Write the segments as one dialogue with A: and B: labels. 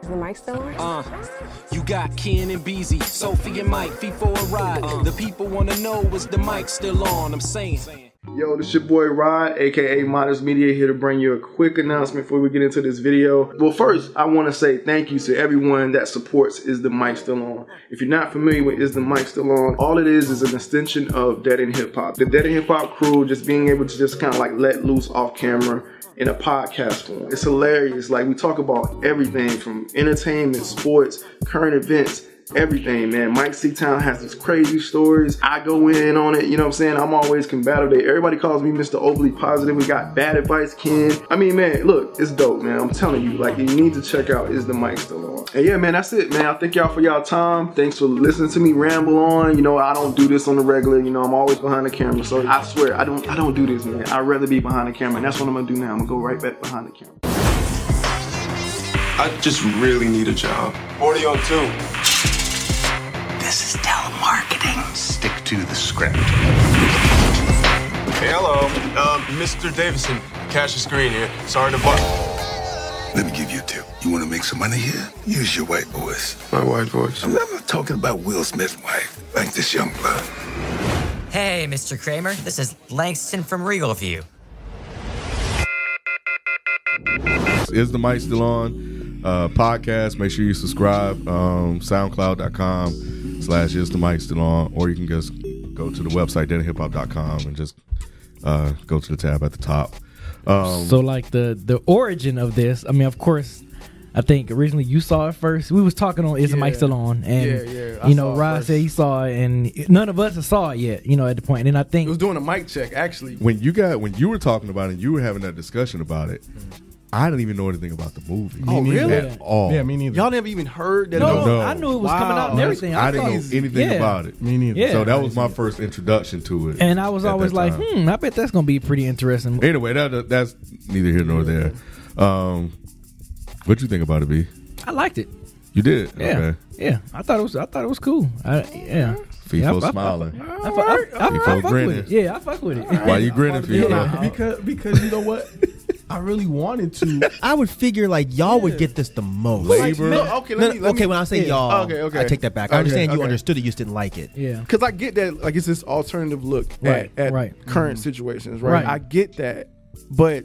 A: the mic still on?
B: Uh, you got Ken and Beezy, Sophie and Mike, feet for a ride. Uh, the people wanna know is the mic still on? I'm saying.
C: Yo, this your boy Rod, aka Modest Media, here to bring you a quick announcement before we get into this video. Well, first, I want to say thank you to everyone that supports Is the Mic Still On. If you're not familiar with Is the Mic Still On, all it is is an extension of Dead in Hip Hop. The Dead in Hip Hop crew just being able to just kind of like let loose off camera in a podcast form. It's hilarious. Like we talk about everything from entertainment, sports, current events, everything, man. Mike C Town has these crazy stories. I go in on it, you know what I'm saying? I'm always combative. Everybody calls me Mr. Overly Positive. We got bad advice, Ken. I mean, man, look, it's dope, man. I'm telling you, like, you need to check out Is the Mic Still On? And yeah, man, that's it, man. I thank y'all for y'all time. Thanks for listening to me ramble on. You know, I don't do this on the regular. You know, I'm always behind the camera. So I swear, I don't, I don't do this, man. I'd rather be behind the camera. And that's what I'm gonna do now. I'm gonna go right back behind the camera.
D: I just really need a job. 40 on oh two.
E: This is telemarketing.
F: Stick to the script.
D: Hey, hello. Um, Mr. Davison, cash is green here. Sorry to butt.
G: Let me give you a tip. You want to make some money here? Use your white voice.
D: My white voice?
G: I'm not talking about Will Smith's wife, like this young blood.
H: Hey, Mr. Kramer. This is Langston from Regal View.
I: Is the mic still on? uh, podcast. Make sure you subscribe. Um, SoundCloud.com slash is the mic still on, or you can just go to the website deadhiphop.com and just uh, go to the tab at the top.
J: Um, so like the the origin of this, I mean, of course. I think originally you saw it first. We was talking on is the
C: Yeah.
J: mic still on, and
C: Yeah, yeah, I
J: you
C: saw
J: know
C: it
J: Rod
C: first.
J: said he saw it, and none of us saw it yet. You know at the point, and I
C: It was
J: think
C: doing a mic check, actually.
I: when you got when you were talking about it, you were having that discussion about it. I didn't even know anything about the movie.
C: Mm. Oh, really?
I: At all.
K: Yeah, me neither.
C: Y'all never even heard that.
J: no,
I: No, no.
J: I knew it was
C: Wow,
J: coming out and
C: that's-
J: everything.
I: I didn't know
J: thought-
I: anything
J: yeah.
I: about it.
K: Me neither.
J: Yeah.
I: So that was my first introduction to it.
J: And I was
I: at
J: always
I: that
J: like,
I: time.
J: hmm, I bet that's gonna be pretty interesting.
I: Anyway, that that's neither here nor there. Um, what you think about it, B?
J: I liked it.
I: You did.
J: Yeah,
I: Okay.
J: yeah. I thought it was. I thought it was cool. I, yeah.
I: FIFO
J: yeah, I- I-
I: smiling.
J: I, fu- I- I-
I: People
J: I fuck
I: grinning.
J: with it. Yeah, I fuck with it.
I: Why you grinning,
K: Yeah,
I: FIFO?
K: because because you know what, I really wanted to.
L: I would figure like y'all would get this the most.
I: Labor.
C: No, okay, let
L: No,
C: me,
L: no,
C: let
L: okay,
C: me,
L: when I say y'all,
C: Okay, okay.
L: I take that back.
C: Okay,
L: I understand you
C: okay.
L: understood it, you just didn't like it.
J: Yeah.
C: Because I get that, like it's this alternative look
J: Right,
C: at, at
J: right.
C: current situations, right?
J: Right.
C: I get that, but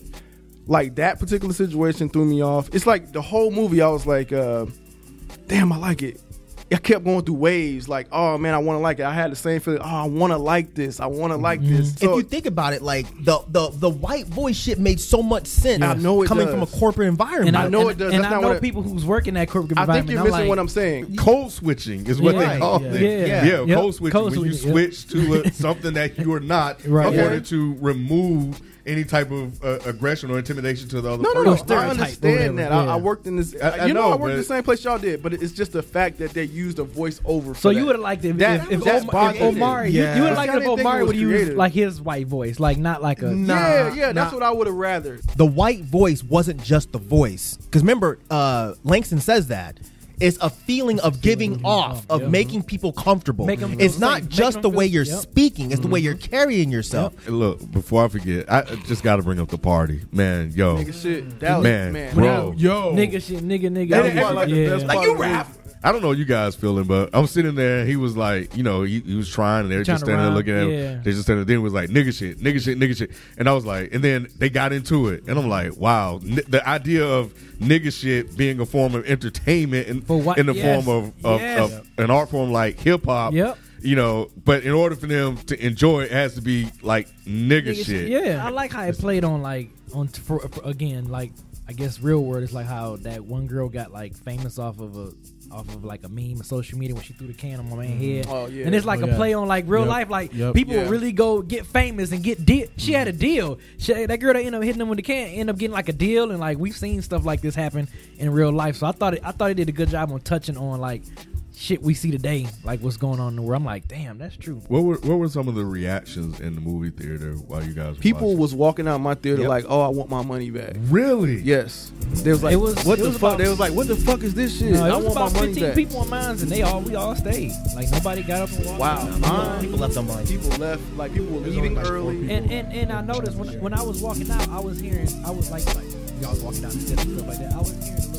C: like that particular situation threw me off. It's like the whole movie. I was like, uh, damn, I like it. I kept going through waves, like, oh man, I want to like it. I had the same feeling. Oh, I want to like this. I want to like this.
L: if
C: So,
L: you think about it, like the the the white voice shit made so much sense.
C: I know it
L: coming
C: does.
L: from a corporate environment.
C: I know
J: and,
C: it does.
J: And
C: That's
J: I
C: not
J: know
C: what I-
J: people who's working that corporate
C: I
J: environment.
C: think you're missing
J: like,
C: what I'm saying.
I: Code switching is what
J: Yeah.
I: they call
J: Yeah.
I: it.
J: Yeah.
I: Yeah,
J: Yep.
I: code switching.
J: Code
I: when you
J: switching, yep.
I: switch to a, something that you are not
J: Right.
I: in
C: Okay.
I: order to remove any type of uh, aggression or intimidation to the other
C: No, no,
I: person.
C: no. I
J: stereotype or
C: understand that.
J: whatever,
C: I,
J: yeah.
C: I worked in this.
I: I- I
C: you know, I
I: know,
C: worked in the
I: but-
C: same place y'all did, but it's just the fact that they used a voiceover.
J: So
C: for
J: you
C: that.
J: would have liked it if,
C: That-
J: if, if,
C: that's
J: Om- if
C: bothered me.
J: Omari. you-
L: Yeah.
J: You, would
C: I
J: have liked it if
C: didn't think it
J: Omari
C: was
J: would use
C: creative.
J: like his white voice, like not like a.
C: yeah, yeah. That's
L: nah.
C: what I would have rather.
L: the white voice wasn't just the voice. Because remember, uh, Langston says that. It's a feeling of giving off, of
J: yeah.
L: making people comfortable.
J: Make 'em
L: it's
J: feel
L: not
J: safe. Make
L: just
J: 'em
L: the way
J: feel-
L: you're
J: yep.
L: speaking, it's the way you're carrying yourself.
I: Look, before I forget, I just got to bring up the party, man. Yo,
C: Nigga, shit. That was
I: man,
C: man.
I: bro.
K: Yo,
J: Nigga shit, nigga, nigga.
C: That
J: I
C: is
J: was
C: probably like the best
J: yeah.
C: part
L: you
C: of the
L: rap.
C: movie.
I: I don't know what you guys feeling, but I'm sitting there. And he was like, you know, he, he was trying, and they're
J: Trying
I: just
J: to
I: standing there
J: rhyme,
I: looking at
J: yeah.
I: him. They just standing there. Then he was like, nigga shit, nigga shit, nigga shit. And I was like, and then they got into it, and I'm like, wow, N- the idea of nigga shit being a form of entertainment and
J: For what-
I: in the
J: yes,
I: form of, of,
J: yes.
I: of an art form like hip hop.
J: Yep.
I: You know, but in order for them to enjoy it, it has to be like nigga,
J: Nigga
I: shit.
J: Yeah, I like how it played on like on t- for, for- again like I guess real world is like how that one girl got like famous off of a off of like a meme on social media when she threw the can on my man head.
C: Oh, yeah.
J: And it's like
K: Oh,
J: a
K: yeah.
J: play on like real
K: Yep.
J: life. Like
K: Yep.
J: people
C: Yeah.
J: really go get famous and get deal. She had a deal. She, that girl that ended up hitting them with the can ended up getting like a deal. And like we've seen stuff like this happen in real life. So I thought it, I thought it did a good job on touching on like shit we see today, like what's going on in the world. I'm like, damn, that's true.
I: What were what were some of the reactions in the movie theater while you guys were
C: People
I: watching?
C: was walking out my theater
I: Yep.
C: like, "Oh, I want my money back."
I: really
C: Yes, they was like,
J: It was-
C: "What
J: it
C: the
J: was
C: fuck?"
J: about-
C: they was like, "What the fuck is this shit?"
J: No, it
C: I
J: was
C: want
J: about
C: my money
J: 15
C: back.
J: people on mines, and they all we all stayed. Like nobody got up and walked.
C: Wow,
J: out.
C: mine.
L: People left them like,
C: People left. Like people were leaving early.
J: And, and and I noticed when, when I was walking out, I was hearing I was like like y'all was walking down the steps and stuff like that. I was hearing a little